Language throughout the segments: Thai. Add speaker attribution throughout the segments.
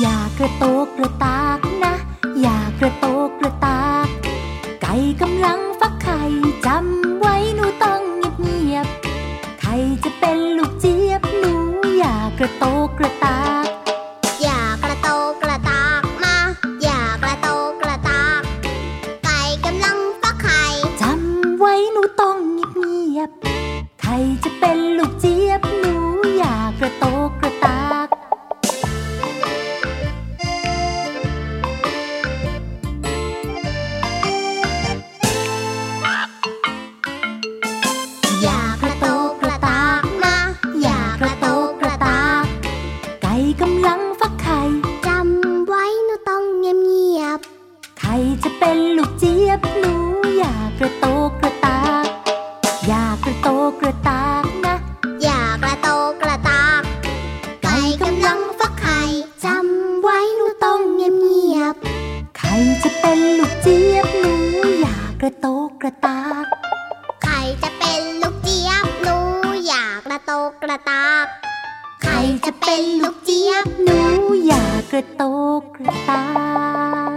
Speaker 1: อย่ากระโตกกระตากนะ อย่ากระโตกกระตาก ไก่กำลังฟักไข่จำไว้หนูต้องเงียบเงียบๆไข่จะเป็นลูกเจี๊ยบหนู อย่ากระโตกกระตาก
Speaker 2: อย่ากระโตกกระตากมา อย่ากระโตกกระตาก ไก่กำลังฟักไข่
Speaker 1: จำไว้หนูต้องเงียบเงียบๆใครจะเป็นลูกเจี๊ยบหนูอย่ากระโตกกระตาก อย่ากระโตกกระตาก
Speaker 2: มา
Speaker 1: อย่ากระโตกกระตาก ไก่กำลังฟักไข่
Speaker 2: จำไว้หนูต้องเงียบเงียบ
Speaker 1: ใครจะเป็นลูกเจี๊ยบหนูอย่ากระโตกกระตากอย่ากระโตกกระตากนะ
Speaker 2: ๆอย่ากระโตกกระตาก ไก่กำลังฟักไข่จำไว้หนูต้องเงียบเงียบ
Speaker 1: ใครจะเป็นลูกเจี๊ยบหนูอย่ากระโตกกระตาก
Speaker 2: ๆไข่จะเป็นลูกเจี๊ยบหนูอย่ากระโตกกระตาก ไข่จะเป็นลูกเจี๊ยบ
Speaker 1: หนูอย่ากระโตกกระตาก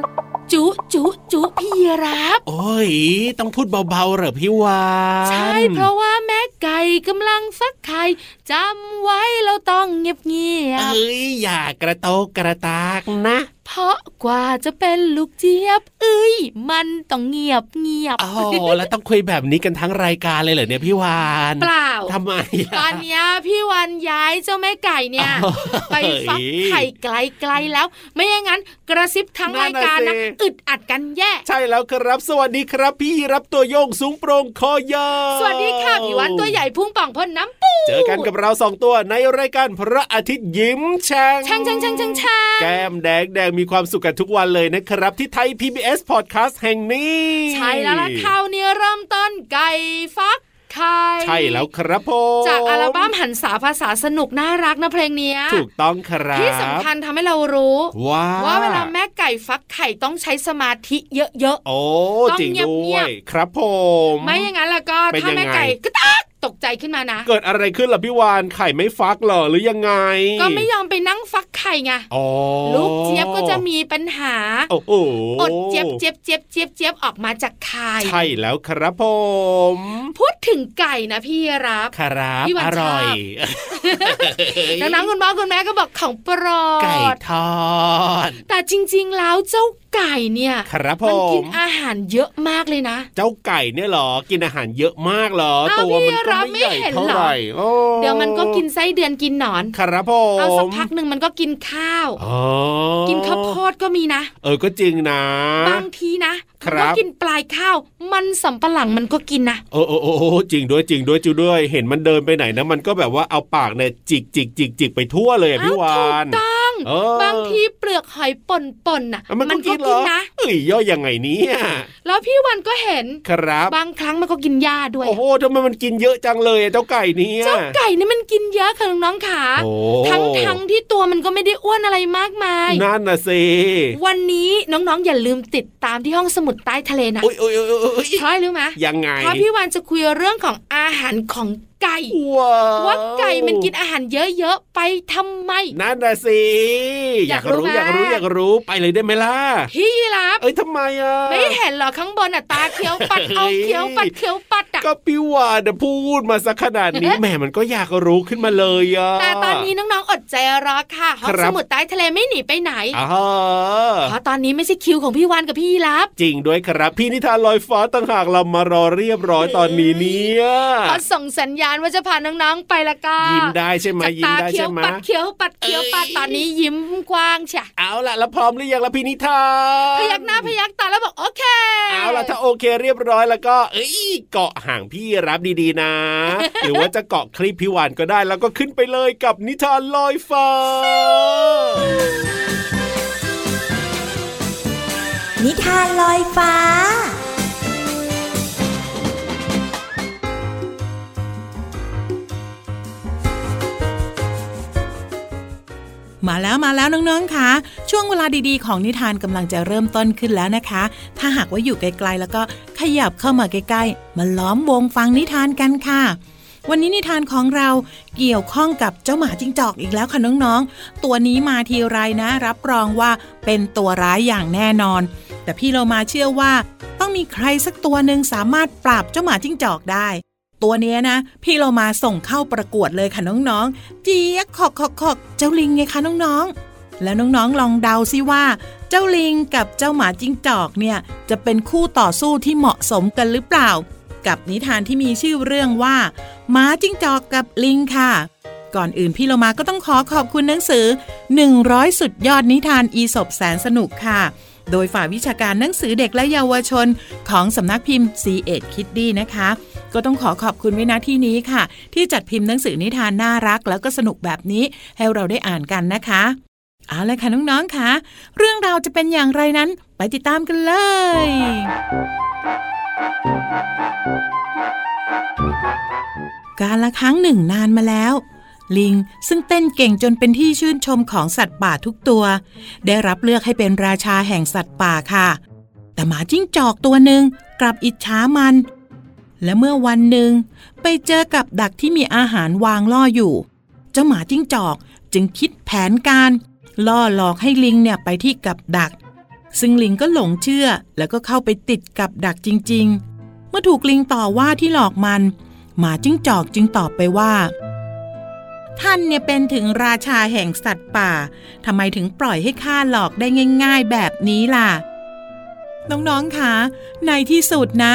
Speaker 3: จุจุจุพี่ยีรับ
Speaker 4: โอ้ย ต้องพูดเบาๆเหรอพี่วาน
Speaker 3: ใช่เพราะว่าแม่ไก่กำลังฟักไข่จำไว้เราต้องเงียบเงียบ
Speaker 4: เอ้ยอย่ากระโตกกระตากนะ
Speaker 3: เพราะกว่าจะเป็นลูกเจี๊ยบ เอ้ย มันต้องเงียบเงียบ
Speaker 4: อ๋อแล้วต้องคุยแบบนี้กันทั้งรายการเลยเหรอเนี่ยพี่วาน
Speaker 3: เปล่า
Speaker 4: ทำไมะ
Speaker 3: ตอนเนี้ยพี่วันย้ายเจ้าแม่ไก่เนี่ย
Speaker 4: อ๋อ
Speaker 3: ไปฟักไข่ไกลๆแล้ว ไม่อย่างนั้นกระซิบทั้ง
Speaker 4: นั่
Speaker 3: ราน ย
Speaker 4: น่ะ
Speaker 3: การนะ
Speaker 4: สิ
Speaker 3: อึดอัดกันแย่
Speaker 4: ใช่แล้วครับ สวัสดีครับ พี่รับตัวโยงสูงโปร่งคอยาว
Speaker 3: สวัสดีค่ะพี่วันตัวใหญ่พุ่งป่องพ่นน้ำปู
Speaker 4: เจอกันกับเราสองตัวในรายการพระอาทิตย์ยิ้มแฉ่ง
Speaker 3: ช่างช่างช่างช่างช่าง
Speaker 4: แก้มแดงแดงมีความสุขกันทุกวันเลยนะครับ ที่ไทย PBS Podcast แห่งนี้
Speaker 3: ใช่แล้วล่ะคราวนี้เริ่มต้นไก่ฟักไข่
Speaker 4: ใช่แล้วครับผม
Speaker 3: จากอัลบั้มหันษาภาษาสนุกน่ารักนะเพลงเนี้ย
Speaker 4: ถูกต้องครับ
Speaker 3: ที่สำคัญทำให้เรารู้
Speaker 4: ว้า
Speaker 3: ว่าเวลาแม่ไก่ฟักไข่ต้องใช้สมาธิเยอะ
Speaker 4: โอ้
Speaker 3: ต้อง
Speaker 4: จริง
Speaker 3: เงียบ
Speaker 4: ด้
Speaker 3: เงี
Speaker 4: วย
Speaker 3: บ
Speaker 4: ยครับผม
Speaker 3: ๆ ไม่อย่างนั้นแล้วก็
Speaker 4: เป็น
Speaker 3: ถ้า
Speaker 4: ยังไง
Speaker 3: แม่ไก่กระตักตกใจขึ้นมานะ
Speaker 4: เกิดอะไรขึ้นล่ะพี่วานไข่ไม่ฟักเหรอหรือยังไง
Speaker 3: ก็ไม่ยอมไปนั่งฟักไข่ไง
Speaker 4: อ๋อ
Speaker 3: ลูกเจี๊ยบก็จะมีปัญหา
Speaker 4: โอ้โห
Speaker 3: อดเจี๊ยบเจี๊ยบเจี๊ยบเจี๊ยบเจี๊ยบออกมาจากไข่
Speaker 4: ใช่แล้วครับผม
Speaker 3: พูดถึงไก่นะพี่รับ
Speaker 4: ครับ
Speaker 3: พี่วัน
Speaker 4: อร่อย
Speaker 3: ชดังนั้นคุณพ่อคุณแม่ก็บอกของโปรด
Speaker 4: ไก่ทอด
Speaker 3: แต่จริง ๆ แล้วเจ้าไก่เนี่ย
Speaker 4: ครับผ
Speaker 3: มันกิ
Speaker 4: ม
Speaker 3: นอาหารเยอะมากเลยนะ
Speaker 4: เจ้าไก่เนี่ยเหรอ กินอาหารเยอะมากเหรอ
Speaker 3: อ้าว
Speaker 4: ตัวมันก็ไม่ใหญ่
Speaker 3: พี่รับไม่เห็นเหรอ
Speaker 4: เท่าไหร่โอ้
Speaker 3: เดี๋ยวมันก็กินไส้เดือนกินหนอน
Speaker 4: ครับผม
Speaker 3: เอาสักพักหนึ่งมันก็กินข้าว
Speaker 4: อ๋อ
Speaker 3: กินข้าวโพดก็มีนะ
Speaker 4: เออ ก็จริงนะ
Speaker 3: บางทีนะ
Speaker 4: ครั
Speaker 3: มัน
Speaker 4: บ
Speaker 3: ก็กินปลายข้าว มันสำปะหลังมันก็กินนะ
Speaker 4: โอ้โอ้โอ้โอ้จริงด้วยจริงด้วยจริงด้วย เห็นมันเดินไปไหนนะ มันก็แบบว่าเอาปากเนี่ยจิกจิกจิกจิกไปทั่วเลยอะพี่วาน
Speaker 3: เอ้าถูกต้อง
Speaker 4: เออบ
Speaker 3: างทีเปลือกหอยป่นๆน่ะ
Speaker 4: อ่ะมันก็กินเหร
Speaker 3: กิน
Speaker 4: อ
Speaker 3: นะ
Speaker 4: เอ้ยย่อยยังไงเนี่ย
Speaker 3: แล้วพี่วันก็เห็น
Speaker 4: ครับ
Speaker 3: บางครั้งมันก็กินหญ้าด้วย
Speaker 4: โอ้โหทำไมมันกินเยอะจังเลยอะเจ้าไก่เนี่ย
Speaker 3: เจ้าไก่นี่มันกินเยอะค่ะน้องๆขา
Speaker 4: โอ้
Speaker 3: ทั้งๆที่ตัวมันก็ไม่ได้อ้วนอะไรมากมาย
Speaker 4: นั่นน่ะสิ
Speaker 3: วันนี้น้องๆอย่าลืมติดตามที่ห้องสมุดใต้ทะเลนะ
Speaker 4: โอ้ยโอ้ยโอ้ยโอ้ย
Speaker 3: เพราะอะไรรู้ไหม
Speaker 4: ยังไง
Speaker 3: เพราะพี่วันจะคุยเรื่องของอาหารของไก่
Speaker 4: ว้าว
Speaker 3: ว่าไก่มันกินอาหารเยอะๆไปทำไม
Speaker 4: นั่นน่ะสิ
Speaker 3: อยากรู้
Speaker 4: อยากรู้
Speaker 3: ไหม
Speaker 4: อยากรู้ไปเลยได้ไหมล่ะ
Speaker 3: พี่ยีรับ
Speaker 4: เอ้ยทำไมอ่ะ
Speaker 3: ไม่เห็นเหรอข้างบนอ่ะตาเขียวปัด
Speaker 4: เฮ้
Speaker 3: เอา
Speaker 4: ย
Speaker 3: เขียวปัดเขียวปัดอ่ะ
Speaker 4: ก็พี่วานน่ะพูดมาสักขนาดนี้
Speaker 3: เอ๊ะ
Speaker 4: แหมมันก็อยากรู้ขึ้นมาเลยอ่ะ
Speaker 3: แต่ตอนนี้น้องๆอดใจรอค่ะห้อ
Speaker 4: ค
Speaker 3: ง
Speaker 4: รับ
Speaker 3: สมุดใต้ทะเลไม่หนีไปไหน
Speaker 4: อ๋อ
Speaker 3: เพราะตอนนี้ไม่ใช่คิวของพี่วานกับพี่ยีรับ
Speaker 4: จริงด้วยครับ พี่นิทานลอยฟ้าต่างหากเรามารอเรียบร้อยตอนนี้เนี่ย
Speaker 3: พอส่งสัญญาณว่าจะพาน้องๆไปละก็
Speaker 4: ยิ้มได้ใช่ไหม
Speaker 3: จาก
Speaker 4: ยิ้ม
Speaker 3: ตา
Speaker 4: ได้
Speaker 3: เขีย
Speaker 4: ใช่
Speaker 3: ว
Speaker 4: ไหม
Speaker 3: ปัดเขียวปัดเขียวปัดตอนนี้ยิ้มกว้างเชีย
Speaker 4: เอาล่ะ แล้วพร้อมหรือยังล่ะพี่นิทาน
Speaker 3: พยักหน้าพยักตาแล้วบอกโอเค
Speaker 4: เอาล่ะ ถ้าโอเคเรียบร้อยแล้วก็เอ้ยเกาะห่างพี่รับดี ๆนะ หรือว่าจะเกาะคลิปพี่วานก็ได้แล้วก็ขึ้นไปเลยกับนิทานลอยฟ้า
Speaker 2: ๆ
Speaker 5: นิทานลอยฟ้า
Speaker 6: มาแล้วมาแล้วน้องๆค่ะช่วงเวลาดีๆ ของนิทานกำลังจะเริ่มต้นขึ้นแล้วนะคะ ถ้าหากว่าอยู่ไกลๆ แล้วก็ขยับเข้ามาใกล้ๆ มาล้อมวงฟังนิทานกันค่ะ วันนี้นิทานของเราเกี่ยวข้องกับเจ้าหมาจิ้งจอกอีกแล้วค่ะน้องๆ ตัวนี้มาทีไรนะ รับรองว่าเป็นตัวร้ายอย่างแน่นอน แต่พี่เรามาเชื่อว่า ต้องมีใครสักตัวหนึ่งสามารถปราบเจ้าหมาจิ้งจอกได้ ตัวเนี้ยนะ พี่เรามาส่งเข้าประกวดเลยค่ะน้องๆ เจี๊ยกขอกขอกขอกเจ้าลิงไงคะน้องๆ แล้วน้องๆลองเดาซิว่า เจ้าลิงกับเจ้าหมาจิ้งจอกเนี่ยจะเป็นคู่ต่อสู้ที่เหมาะสมกันหรือเปล่า กับนิทานที่มีชื่อเรื่องว่าหมาจิ้งจอกกับลิงค่ะ ก่อนอื่นพี่เรามาก็ต้องขอขอบคุณหนังสือ 100 สุดยอดนิทานอีสบแสนสนุกค่ะ โดยฝ่ายวิชาการหนังสือเด็กและเยาวชนของสำนักพิมพ์ c ีเอ็ดคิดดีนะคะ ก็ต้องขอขอบคุณไว้นะที่นี้ค่ะ ที่จัดพิมพ์หนังสือนิทานน่ารัก แล้วก็สนุกแบบนี้ให้เราได้อ่านกันนะคะ เอาละค่ะน้องๆค่ะ เรื่องราวจะเป็นอย่างไรนั้น ไปติดตามกันเลย การละครั้งหนึ่งนานมาแล้ว ลิงซึ่งเต้นเก่งจนเป็นที่ชื่นชมของสัตว์ป่าทุกตัว ได้รับเลือกให้เป็นราชาแห่งสัตว์ป่าค่ะ แต่หมาจิ้งจอกตัวหนึ่งกลับอิจฉามัน และเมื่อวันหนึ่ง ไปเจอกับดักที่มีอาหารวางล่ออยู่ เจ้าหมาจิ้งจอกจึงคิดแผนการ ล่อหลอกให้ลิงเนี่ยไปที่กับดัก ซึ่งลิงก็หลงเชื่อแล้วก็เข้าไปติดกับดักจริง ๆ เมื่อถูกลิงต่อว่าที่หลอกมัน หมาจิ้งจอกจึงตอบไปว่า ท่านเนี่ยเป็นถึงราชาแห่งสัตว์ป่าทำไมถึงปล่อยให้ข้าหลอกได้ง่าย ๆ แบบนี้ล่ะ น้องๆคะในที่สุดนะ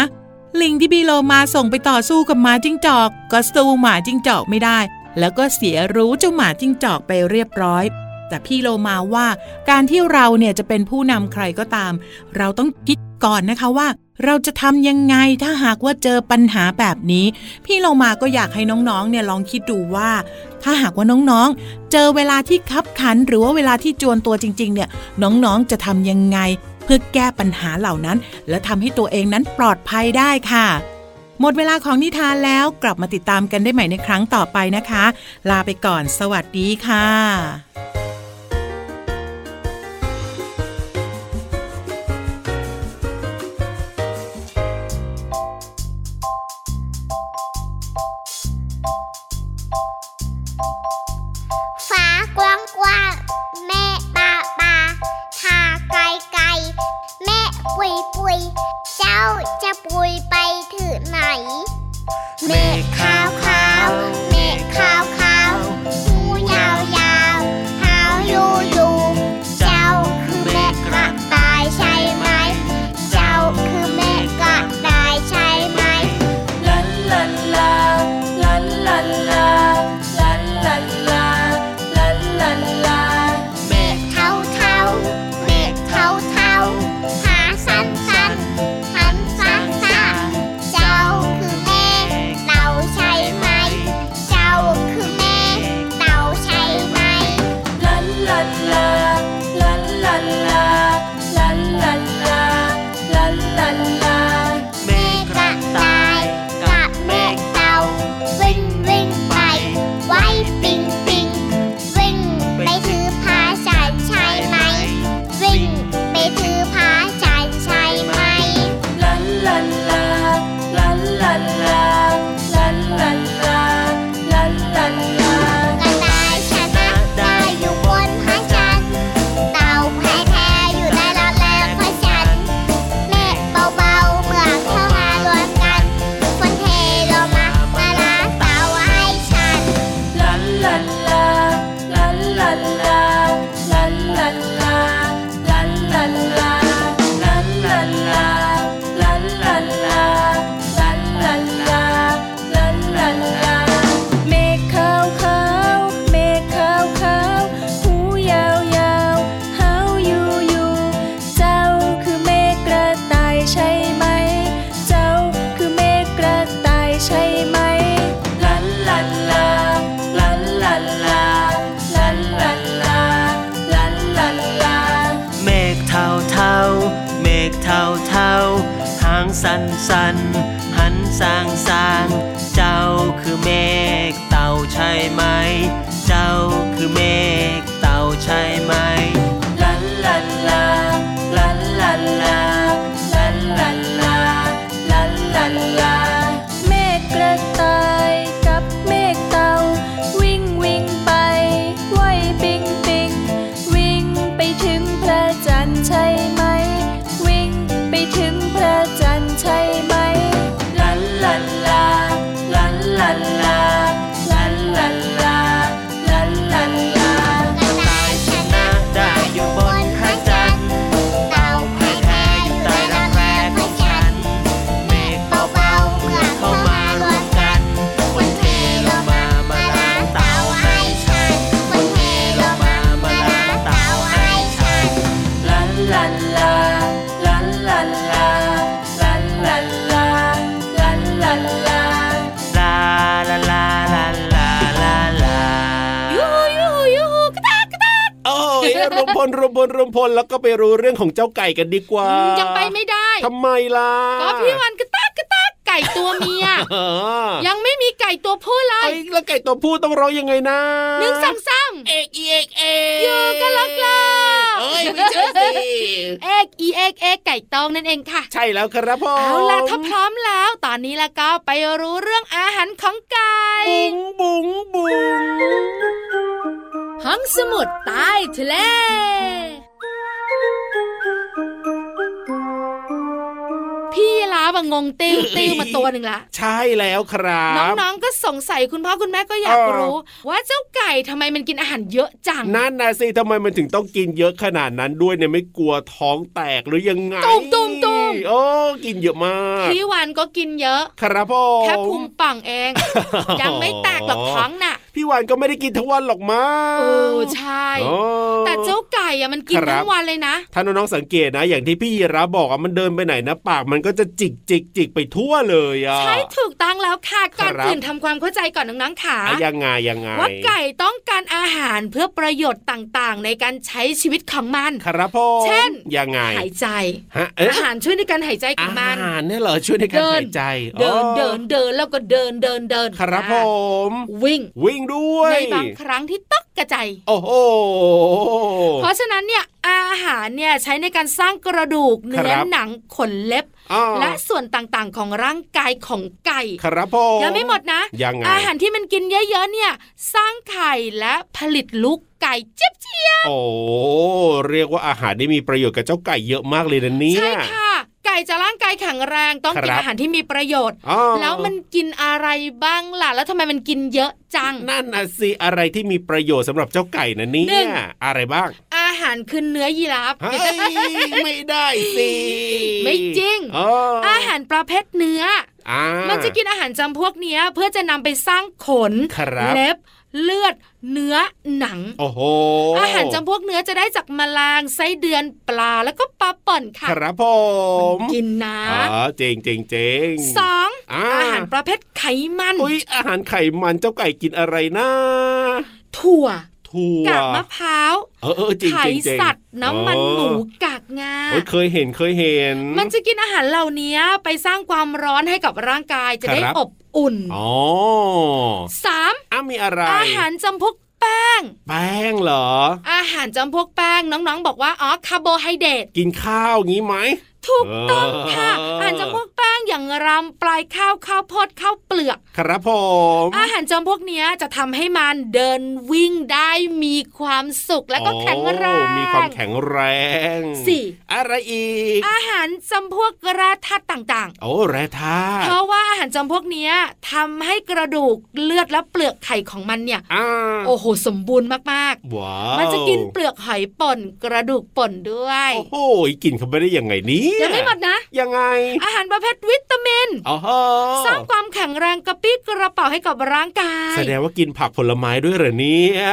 Speaker 6: ลิงที่บีโลมาส่งไปต่อสู้กับหมาจิ้งจอก ก็สู้หมาจิ้งจอกไม่ได้ แล้วก็เสียรู้เจ้าหมาจิ้งจอกไปเรียบร้อย แต่พี่โลมาว่าการที่เราเนี่ยจะเป็นผู้นำใครก็ตาม เราต้องคิดก่อนนะคะว่า เราจะทำยังไงถ้าหากว่าเจอปัญหาแบบนี้ พี่โลมาก็อยากให้น้องๆ เนี่ยลองคิดดูว่า ถ้าหากว่าน้องๆ เจอเวลาที่คับขัน หรือว่าเวลาที่จวนตัวจริง ๆ เนี่ย น้องๆ จะทำยังไง เพื่อแก้ปัญหาเหล่านั้น และทำให้ตัวเองนั้นปลอดภัยได้ค่ะ หมดเวลาของนิทานแล้วกลับมาติดตามกันได้ใหม่ในครั้งต่อไปนะคะ ลาไปก่อน สวัสดีค่ะ
Speaker 7: ฟ้ากว้างกว้างแม่ปลาปลาทาไกลไกลแม่ปุยปุยเจ้าจะปุยไปถึงไหนเมฆขาวขาวเมฆขาวขาวหูยาวยาวหาวยูยูเจ้าคือแม่กระต่ายใช่ไหม เจ้าคือแม่กระต่ายใช่ไหม เมฆเทาเทาเมฆเทาเทาหาสั้นสั้นหันสั้นสั้น
Speaker 8: างสันสันๆหันสางสางๆเจ้าคือเมฆเต่าใช่ไหม เจ้าคือเมฆเต่าใช่ไหมลันลันลาลันลันลาลันลันลาลันลันลา
Speaker 1: เมฆกระต่ายกับเมฆเต่า วิ่งวิ่งไปไหวปิงปิงวิ่งไปถึงพระจันทร์ใช่ไหม วิ่งไปถึงพระจันทร์ใช่ไหม
Speaker 8: ลันลันลาลันลันลาลันลันลาลันลันลาตายชนะได้อยู่บนพระจันทร์
Speaker 2: เต่าแพ้แพ้อยู่
Speaker 8: ใต้
Speaker 2: ใต้
Speaker 8: รั
Speaker 2: รั
Speaker 8: ก
Speaker 2: ก
Speaker 8: แร้ข
Speaker 2: แร้ข
Speaker 8: อ
Speaker 2: อง ง
Speaker 8: ฉั
Speaker 2: ฉั
Speaker 8: น
Speaker 2: น
Speaker 8: เมฆเบาๆเมื่อเข้ามารวมกันวันเทลงมามาล้างเตาให้ฉันวันเทลงมามาล้างเตาให้ฉันลันลันลาลันลันลาลันลันลาลันลันลาลาลาลาลาลาลาลา
Speaker 3: ยูฮูยูฮูยูฮูกระตากกระตาก
Speaker 4: โอ้ยรวมพลรวมพลรวมพลแล้วก็ไปรู้เรื่องของเจ้าไก่กันดีกว่า
Speaker 3: ยังไปไม่ได้
Speaker 4: ทำไมล่ะ
Speaker 3: ก็พี่วันกระตากกระตากไก่ตัวเมีย
Speaker 4: เออ
Speaker 3: ยังไม่มีไก่ตัวผู้เล
Speaker 4: ไอ้
Speaker 3: ย
Speaker 4: แล้วไก่ตัวผู้ต้องร้องยังไงนะ
Speaker 3: หนึ่งสองสาม
Speaker 4: เอกอีเอกเอก
Speaker 3: อยู่ก็ล็อกล้
Speaker 4: เอ้ยไม่ใช่สิ
Speaker 3: เอกอีเอกเอกไก่ตองนั่นเองค่ะ
Speaker 4: ใช่แล้วครับผม
Speaker 3: เอาล่ะถ้าพร้อมแล้ว ตอนนี้แล้วก็ไปรู้เรื่องอาหารของไก่
Speaker 4: บุ๋งบุ๋งบุ๋ง
Speaker 3: ห้องสมุดใต้ทะเล พี่ลาบอะงงติ้วติ้วมาตัวหนึ่งละ
Speaker 4: ใช่แล้วครับ
Speaker 3: น้องๆ ก็สงสัยคุณพ่อคุณแม่ก็อยาก
Speaker 4: เออ
Speaker 3: รู้ ว่าเจ้าไก่ทำไมมันกินอาหารเยอะจัง
Speaker 4: นั่นนะสิทำไมมันถึงต้องกินเยอะขนาดนั้นด้วยเนี่ยไม่กลัวท้องแตกหรือยังไง
Speaker 3: ตุมตุมตุม
Speaker 4: โอ้กินเยอะมาก
Speaker 3: พี่วันก็กินเยอะ
Speaker 4: ครับผม
Speaker 3: แค่พุงป่องเอง ยังไม่แตกหรอกท้องน่ะ
Speaker 4: พี่วานก็ไม่ได้กินทั้งวันหรอกมั้ง
Speaker 3: เออใช่
Speaker 4: โอ้
Speaker 3: แต่เจ้าไก่อะมันกิน
Speaker 4: ครับ
Speaker 3: ทั้งวันเลยนะ
Speaker 4: ถ้าน้องๆสังเกตนะ อย่างที่พี่ยีราฟบอกอะมันเดินไปไหนนะปากมันก็จะจิกจิกจิกไปทั่วเลยอ่ะ
Speaker 3: ใช่ถูกต้องแล้วค่ะก่อน
Speaker 4: ครับ
Speaker 3: อื่นทำความเข้าใจก่อนน้องๆขา
Speaker 4: อะยังไงยังไง
Speaker 3: ว่าไก่ต้องการอาหารเพื่อประโยชน์ต่างๆ ในการใช้ชีวิตของมัน
Speaker 4: ครับผม
Speaker 3: เช่น
Speaker 4: ยังไง
Speaker 3: หายใจ
Speaker 4: ฮะเอ๊ะ
Speaker 3: อาหารช่วยในการหายใจข
Speaker 4: อา
Speaker 3: องมัน
Speaker 4: หารเนี่ยเหรอช่วยในการ
Speaker 3: เดิน
Speaker 4: หายใจ
Speaker 3: เดิน
Speaker 4: อ๋อ
Speaker 3: เดินเดินแล้วก็เดินเดินเดิน
Speaker 4: ครับผม
Speaker 3: วิ่ง
Speaker 4: วิ่งด้วย
Speaker 3: ในบางครั้งที่ตกกระใจาย
Speaker 4: โอ้โห
Speaker 3: เพราะฉะนั้นเนี่ยอาหารเนี่ยใช้ในการสร้างกระดูกเนื้
Speaker 4: ค
Speaker 3: อ
Speaker 4: รับ
Speaker 3: หนังขนเล็บ
Speaker 4: อ้าว
Speaker 3: และส่วนต่างๆ ของร่างกายของไก่
Speaker 4: ครับผม
Speaker 3: ยังไม่หมดนะ
Speaker 4: ยังไง
Speaker 3: อาหารที่มันกินเยอะๆเนี่ย สร้างไข่และผลิตลูกไก่เจี๊ยบเจี๊ยบ
Speaker 4: โอ้เรียกว่าอาหารได้มีประโยชน์กับเจ้าไก่เยอะมากเลยนะเนี่ย
Speaker 3: ใช่ค่ะ ไก่จะร่างกายแข็งแรงต้องกิ
Speaker 4: ค
Speaker 3: น
Speaker 4: รับ
Speaker 3: อาหารที่มีประโยชน์
Speaker 4: อ้า
Speaker 3: แล้วมันกินอะไรบ้างล่ะ แล้วทำไมมันกินเยอะจัง
Speaker 4: นั่นนะสิอะไรที่มีประโยชน์สำหรับเจ้าไก่นะเนี่
Speaker 3: หนึ่
Speaker 4: ย
Speaker 3: ง
Speaker 4: อะไรบ้าง
Speaker 3: อาหารคือเนื้อยีราฟ
Speaker 4: เฮ้ย ไม่ได้สิ
Speaker 3: ไม่จริง
Speaker 4: เออ
Speaker 3: อาหารประเภทเนื้อ
Speaker 4: อ่า
Speaker 3: มันจะกินอาหารจำพวกเนี้ยเพื่อจะนำไปสร้างขน
Speaker 4: ครับ
Speaker 3: เล็บ เลือด เนื้อหนัง
Speaker 4: โอ้โห
Speaker 3: อาหารจำพวกเนื้อจะได้จากแมลงไส้เดือนปลาแล้วก็ปลาป่อนค่ะ
Speaker 4: ครับผม
Speaker 3: มันกินนะ
Speaker 4: อ๋อเจ๋งเจ๋งเจ๋ง
Speaker 3: สอง
Speaker 4: อ่า
Speaker 3: อาหารประเภทไขมัน
Speaker 4: อุ้ยอาหารไขมันเจ้าไก่กินอะไรนะ
Speaker 3: ถั่ว
Speaker 4: ถั่ว
Speaker 3: กากมะพร้าว
Speaker 4: เออเออจริง
Speaker 3: ไข
Speaker 4: จริงจริง
Speaker 3: สัตว์ น้ำมันหมู
Speaker 4: อ๋อก
Speaker 3: ากงา
Speaker 4: โอ้ยเคยเห็นเคยเห็น
Speaker 3: มันจะกินอาหารเหล่านี้ไปสร้างความร้อนให้กับร่างกายจะได้
Speaker 4: ครับ
Speaker 3: อบอุ่น
Speaker 4: อ๋อ
Speaker 3: สาม
Speaker 4: อ้ามีอะไร
Speaker 3: อาหารจำพวกแป้ง
Speaker 4: แป้งเหรอ
Speaker 3: อาหารจำพวกแป้งน้องๆ บอกว่าอ๋อคาร์โบไฮเดรต
Speaker 4: กินข้าวงี้ไหม
Speaker 3: ถูกต้องค่ะ
Speaker 4: เอออ
Speaker 3: อาหารจำพวกแป้งอย่างรำปลายข้าวข้าวโพดข้าวเปลือก
Speaker 4: ครับผม
Speaker 3: อาหารจำพวกเนี้ยจะทำให้มันเดินวิ่งได้มีความสุขและก็แข็งแรง
Speaker 4: โอ้มีความแข็งแรง
Speaker 3: สี่
Speaker 4: อะไรอีก
Speaker 3: อาหารจำพวกแร่ธาตุต่าง
Speaker 4: โอ้แร่ธาตุ
Speaker 3: ๆเพราะว่าอาหารจำพวกเนี้ยทำให้กระดูกเลือดและเปลือกไข่ของมันเนี่ย
Speaker 4: อ่า
Speaker 3: โอ้โหสมบูรณ์มาก
Speaker 4: ว้า
Speaker 3: ๆ
Speaker 4: ว
Speaker 3: มันจะกินเปลือกหอยป่นกระดูกป่นด้วย
Speaker 4: โอ้โหกินเขาไปได้ยังไงนี้
Speaker 3: ยังไม่หมดนะ
Speaker 4: ยังไง
Speaker 3: อาหารประเภทวิตามิน
Speaker 4: อ๋อ
Speaker 3: สร้างความแข็งแรงกระปี้กระเป๋าให้กับร่างกาย
Speaker 4: แสดงว่ากินผักผลไม้ด้วยเหรอเนี่ย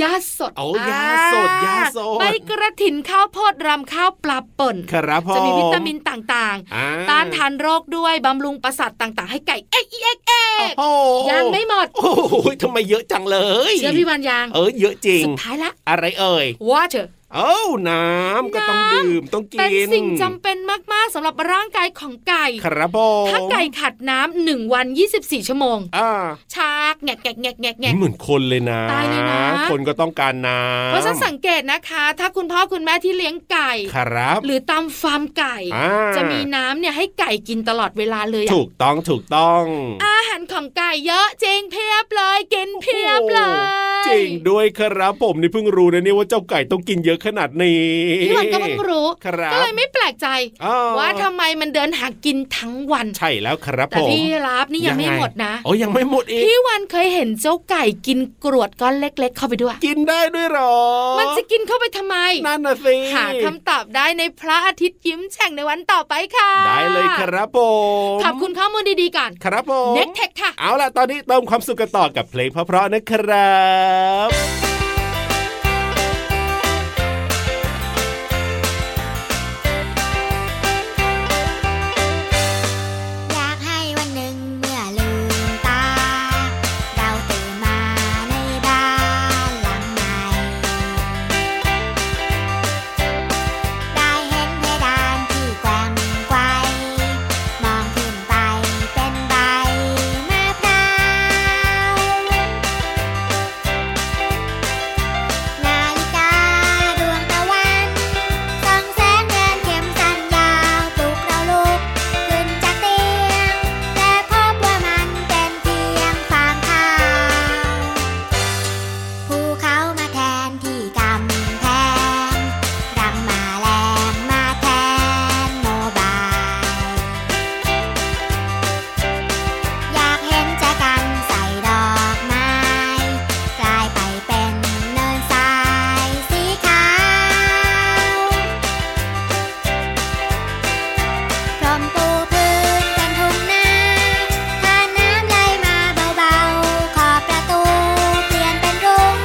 Speaker 3: ยาสด
Speaker 4: โอ้
Speaker 3: อ่
Speaker 4: ยาสดยาสด
Speaker 3: ใบกระถินข้าวโพดรำข้าวปลาป่น
Speaker 4: ครับผม
Speaker 3: จะมีวิตามินต่าง
Speaker 4: อ่
Speaker 3: ๆ ต้านทานโรคด้วย บำรุงประสาทต่างๆ ให้ไก่เอ๊กเอ๊กเอ๊ก
Speaker 4: โอ้โห
Speaker 3: ยังไม่หมด
Speaker 4: โอ้โหทำไมเยอะจังเลย
Speaker 3: เชื่อพี่วันยัง
Speaker 4: เออเยอะจริง
Speaker 3: สุดท้ายละ
Speaker 4: อะไรเอ่ย
Speaker 3: water
Speaker 4: เอ้าน้ำก็ต้อง
Speaker 3: น้ำ
Speaker 4: ดื่มต้องกิน
Speaker 3: เป็นสิ่งจำเป็นมาก ๆสำหรับร่างกายของไก่
Speaker 4: ครับผม
Speaker 3: ถ้าไก่ขาดน้ำหนึ่งวัน 24 ชั่วโมง
Speaker 4: อ่า
Speaker 3: ชากแงกแงกแงกแงกแงก
Speaker 4: เหมือนคนเลยนะ
Speaker 3: ตายเลยนะ
Speaker 4: คนก็ต้องการน้ำ
Speaker 3: เพราะฉันสังเกตนะคะ ถ้าคุณพ่อคุณแม่ที่เลี้ยงไก่
Speaker 4: ครับ
Speaker 3: หรือตามฟาร์มไก่
Speaker 4: อ่า
Speaker 3: จะมีน้ำเนี่ยให้ไก่กินตลอดเวลาเลยอะ
Speaker 4: ถูกต้องถูกต้อง
Speaker 3: อาหารของไก่เยอะจริงเพียบเลยกินเพียบเลย
Speaker 4: จริงด้วยครับผมนี่เพิ่งรู้นะเนี่ยว่าเจ้าไก่ต้องกินเยอะขนาดนี้
Speaker 3: พี่วันก็เพิ่งรู้
Speaker 4: ครับ
Speaker 3: ก็เลยไม่แปลกใจ
Speaker 4: อ้
Speaker 3: ว่าทำไมมันเดินหากินทั้งวัน
Speaker 4: ใช่แล้วครับ
Speaker 3: แต่
Speaker 4: ผม
Speaker 3: พี่รับนี่ยังไม่หมดนะ
Speaker 4: โอ้ยังไม่หมดอีก
Speaker 3: พี่วันเคยเห็นเจ้าไก่กินกรวดก้อนเล็ก ๆ เข้าไปด้วย
Speaker 4: กินได้ด้วยเหรอ
Speaker 3: มันจะกินเข้าไปทำไม
Speaker 4: นั่นน่ะสิ
Speaker 3: หาคำตอบได้ในพระอาทิตย์ยิ้มแฉ่งในวันต่อไปค่ะ
Speaker 4: ได้เลยครับผม
Speaker 3: ขอบคุณข้อมูลดีๆก่อน
Speaker 4: ครับผม
Speaker 3: n e c t e c h ค่ะ
Speaker 4: เอาล่ะ ตอนนี้เติมความสุขกันต่อกับเพลงเพราะๆนะครับ
Speaker 2: อยากให้วันหนึ่งเมื่อลืมตา เราตื่นมาในบ้านหลังใหม่ ได้เห็นเพดานที่แกว่งไกวมองขึ้นไปเป็นใบมะพร้าว นาฬิกาดวงตะวันส่องแสงเดือนเข็มสั้นยาวปลุกเราลุก ขึ้นจากเตียง แต่พบว่ามันเป็นเพียงฟางข้าวภูเขามาแทนที่กำแพง รังมาแรงมาแทนโมบาย อยากเห็นแจกันใส่ดอกไม้ กลายไปเป็นเนินทรายสีขาว พรมปูพื้นเป็นทุ่งนาถ้าน้ำไหลมาเบาๆ ขอบประตูเปลี่ยนเป็นรุ้ง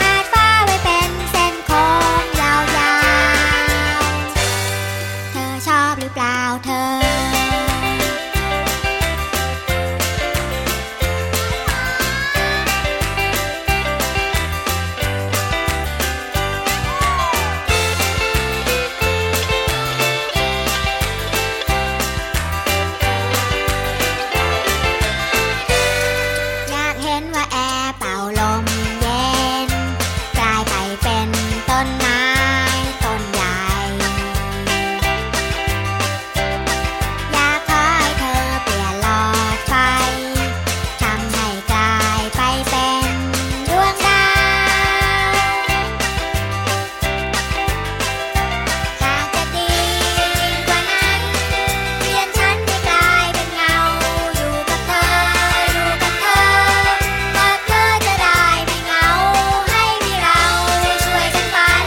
Speaker 2: หาดฟ้าไว้เป็นเส้นโค้งยาวๆ เธอชอบหรือเปล่าเธอ อยากเห็นว่าแอร์เป่าลมเย็น กลายไปเป็นต้นไม้ต้นใหญ่ อยากขอให้เธอเปลี่ยนหลอดไฟทำให้กลายไปเป็นดวงดาว หากจะดีกว่านั้น เปลี่ยนฉันให้กลายเป็นเงา อยู่กับเธอ อยู่กับเธอกับเธอจะได้ไม่เหงา ให้มีเราช่วยกันฝัน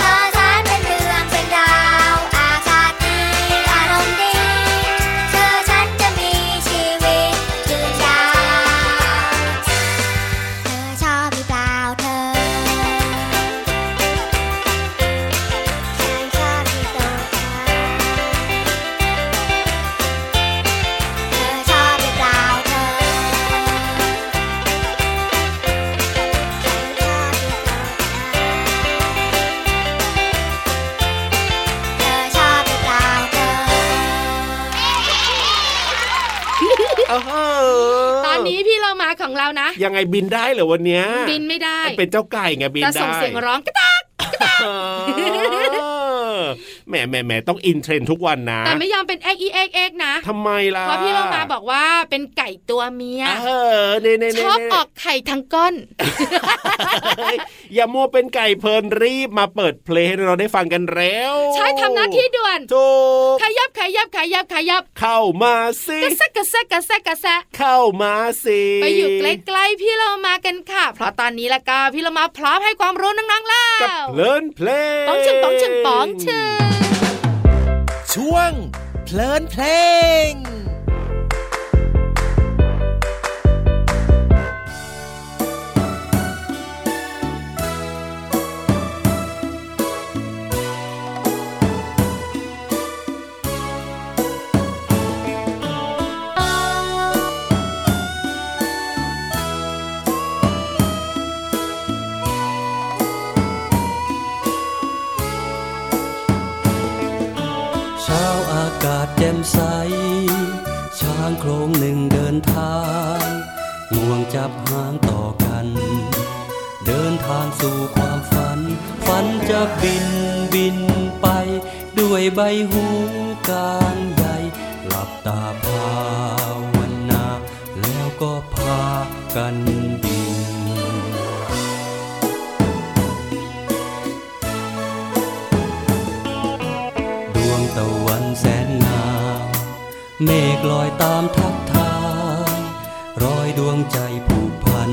Speaker 2: สอสารเป็นเรื่องเป็นราว อากาศดีอารมณ์ดี เธอฉันจะมีชีวิตยืนยาว เธอชอบหรือเปล่าเธอ ฉันชอบที่โตเธอ เธอชอบหรือเปล่าเธอ ฉันชอบที่โตเธอ เธอชอบหรือเปล่าเธอ
Speaker 4: โอ้โห
Speaker 3: ตอนนี้พี่เรามาของเรานะ
Speaker 4: ยังไงบินได้เหรอวันเนี้ย
Speaker 3: บินไม่ได้
Speaker 4: มันเป็นเจ้าไก่ไงบิน
Speaker 3: แต่
Speaker 4: ได้
Speaker 3: ส่งเสียงร้องกระตาก
Speaker 4: เออแหมแหมแหมต้องอินเทรนด์ทุกวันนะ
Speaker 3: แต่ไม่ยอมเป็นเอ็กอีเอ็กเอ็กนะ
Speaker 4: ทำไมล่ะ
Speaker 3: เพราะพี่เรามาบอกว่าเป็นไก่ตัวเมีย
Speaker 4: เออเน่เน่
Speaker 3: ช
Speaker 4: เน่
Speaker 3: อบออกไข่ทั้งก้อน
Speaker 4: เฮ้ยอย่ามัวเป็นไก่เพลินรีบมาเปิดเพลงให้เราได้ฟังกันแล้ว
Speaker 3: ใช้ทำหน้าที่ด่วน
Speaker 4: ถูก
Speaker 3: ขยับขยับขยับขยับ
Speaker 4: เข้ามาสิ
Speaker 3: กระแซะกระแซะกระแซะกระแซะ
Speaker 4: เข้ามาสิ
Speaker 3: ไปอยู่ใกล้ๆพี่เรามากันค่ะ เพราะตอนนี้ละก็พี่เรามาพร้อมให้ความรู้น้องๆแล้
Speaker 4: กับ
Speaker 3: ว
Speaker 4: เพลินเพลง
Speaker 3: ป๋องชึงป๋องชึงป๋องชึง
Speaker 8: ช่วงเพลินเพลง
Speaker 4: เ
Speaker 9: เช้าอากาศแจ่มใส ช้างโครงหนึ่งเดินทางงวงจับหางต่อกัน เดินทางสู่ความฝัน ฝันจะบินบินไป ด้วยใบหูกลางใหญ่ หลับตาภาวนา แล้วก็พากันบิน ดวงตะวันแสนงามเมฆลอยตามทักทายรอยดวงใจผูกพัน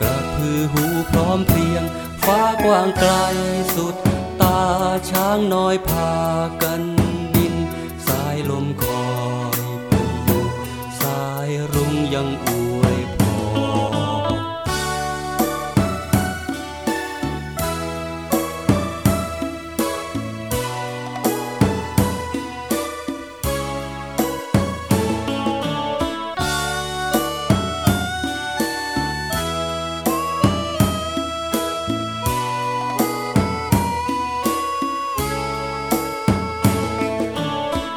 Speaker 9: กระพือหูพร้อมเพรียง ฟ้ากว้างไกลสุด ตาช้างน้อยพากันบิน สายลมคอยเป็นอยู่สายรุ้งยังอวยพร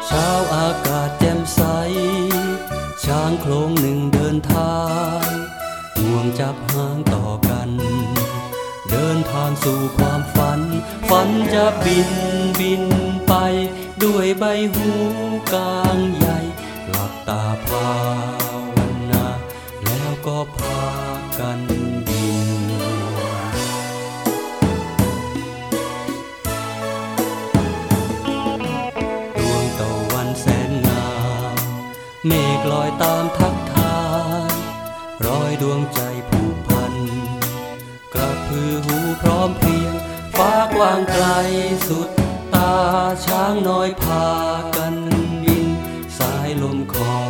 Speaker 9: เช้าอากาศแจ่มใส ช้างโครงหนึ่งเดินทางห่วงจับหางต่อกัน เดินทางสู่ความฝัน ฝันจะบินบินไป ด้วยใบหูกลางใหญ่ หลับตาภาวนา แล้วก็พากันบิน ดวงตะวันแสนงามเมฆลอยตามทักทายรอยดวงใจผูกพัน กระพือหูพร้อมเพรียง ฟ้ากว้างไกลสุด ตาช้างน้อยพากันบิน สายลมคอ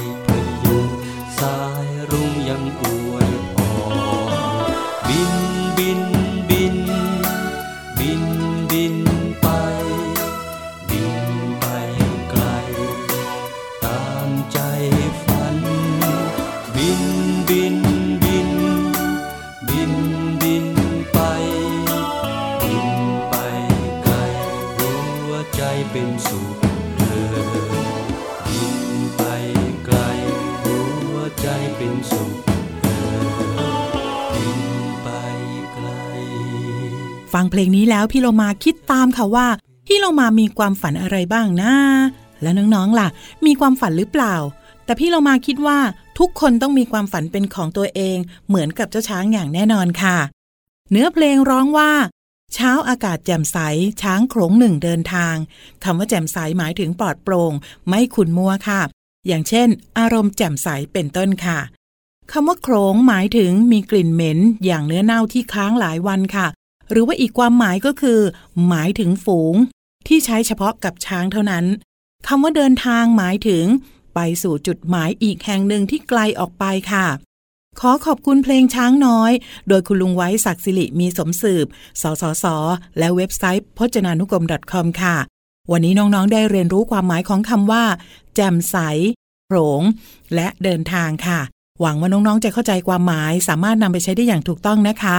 Speaker 9: ยพยุงสายรุ่งยังอวยพรบินบินบิน บินบินไป บินไปไกล ตามใจฝัน บินบินบิน บินบินไป บินไปไกลหัวใจเป็นสุขเออบินไปไกลหัวใจเป็นสุขเออบินไปไกล
Speaker 6: ฟังเพลงนี้แล้วพี่โลมาคิดตามค่ะว่า พี่โลมามีความฝันอะไรบ้างนะ แล้วน้องๆล่ะ มีความฝันหรือเปล่า แต่พี่โลมาคิดว่าทุกคนต้องมีความฝันเป็นของตัวเอง เหมือนกับเจ้าช้างอย่างแน่นอนค่ะ เนื้อเพลงร้องว่า เช้าอากาศแจ่มใส ช้างโขลงหนึ่งเดินทางคำว่าแจ่มใสหมายถึงปลอดโปร่งไม่ขุ่นมัวค่ะ อย่างเช่น อารมณ์แจ่มใสเป็นต้นค่ะ คำว่าโขลงหมายถึงมีกลิ่นเหม็น อย่างเนื้อเน่าที่ค้างหลายวันค่ะ หรือว่าอีกความหมายก็คือ หมายถึงฝูง ที่ใช้เฉพาะกับช้างเท่านั้นคำว่าเดินทางหมายถึง ไปสู่จุดหมายอีกแห่งหนึ่งที่ไกลออกไปค่ะ ขอขอบคุณเพลงช้างน้อย โดยคุณลุงไว้ศักดิ์สิริมีสมสืบ สสส และเว็บไซต์พจนานุกรม .com ค่ะ วันนี้น้องๆได้เรียนรู้ความหมายของคำว่า แจ่มใสโผลงและเดินทางค่ะ หวังว่าน้องๆจะเข้าใจความหมาย สามารถนำไปใช้ได้อย่างถูกต้องนะคะ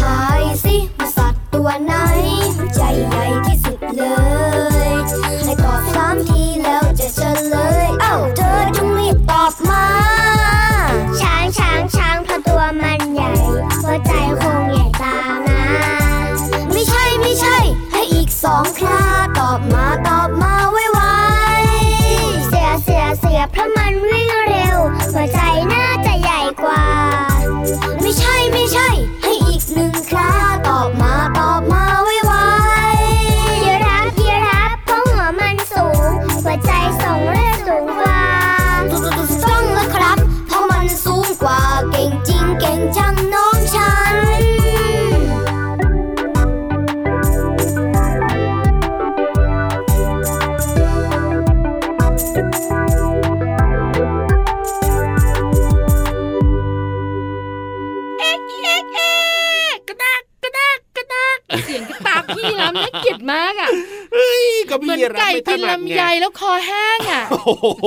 Speaker 10: ทายสิว่าสัตว์ตัวไหน ใจใหญ่ที่สุดเลย ให้ตอบสามทีแล้วจะเฉลย เอ้าเธอจงรีบตอบ
Speaker 3: ยีราฟน่าเกลียดมากอ่ะ
Speaker 4: เฮ้ยก็
Speaker 3: เห
Speaker 4: พี่
Speaker 3: มือน
Speaker 4: ยีรา
Speaker 3: ไก่
Speaker 4: ฟไม่ถ
Speaker 3: กิน
Speaker 4: นัดไง
Speaker 3: ลำไยแล้วคอแห้งอ่ะ
Speaker 4: โอ้โห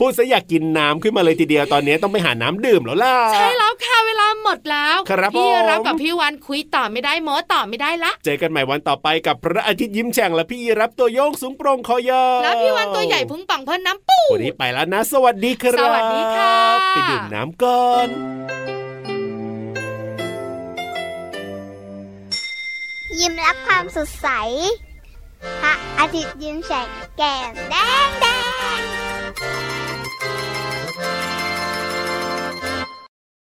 Speaker 4: พูดซะอยากกินน้ำขึ้นมาเลยทีเดียวตอนนี้ต้องไปหาน้ำดื่มแล้วล่ะ
Speaker 3: ใช่แล้วค่ะเวลาหมดแล้ว
Speaker 4: ครับ
Speaker 3: พี่
Speaker 4: ผม
Speaker 3: รับกับพี่วันคุยต่อไม่ได้โมต่อไม่ได้ละ
Speaker 4: เจอกันใหม่วันต่อไปกับพระอาทิตย์ยิ้มแฉ่งและพี่ยีรับตัวโยงสูงโปร่งคอยาว
Speaker 3: แล้วพี่วันตัวใหญ่พุงปังเพิ่นน้ำปูด
Speaker 4: วันนี้ไปแล้วนะ สวัสดีครับ
Speaker 3: สวัสดีค่ะ
Speaker 4: ไปดื่มน้ำก่อน
Speaker 2: ยิ้มรับความสดใส พระอาทิตย์ยิ้มแฉกแก้มแดงแด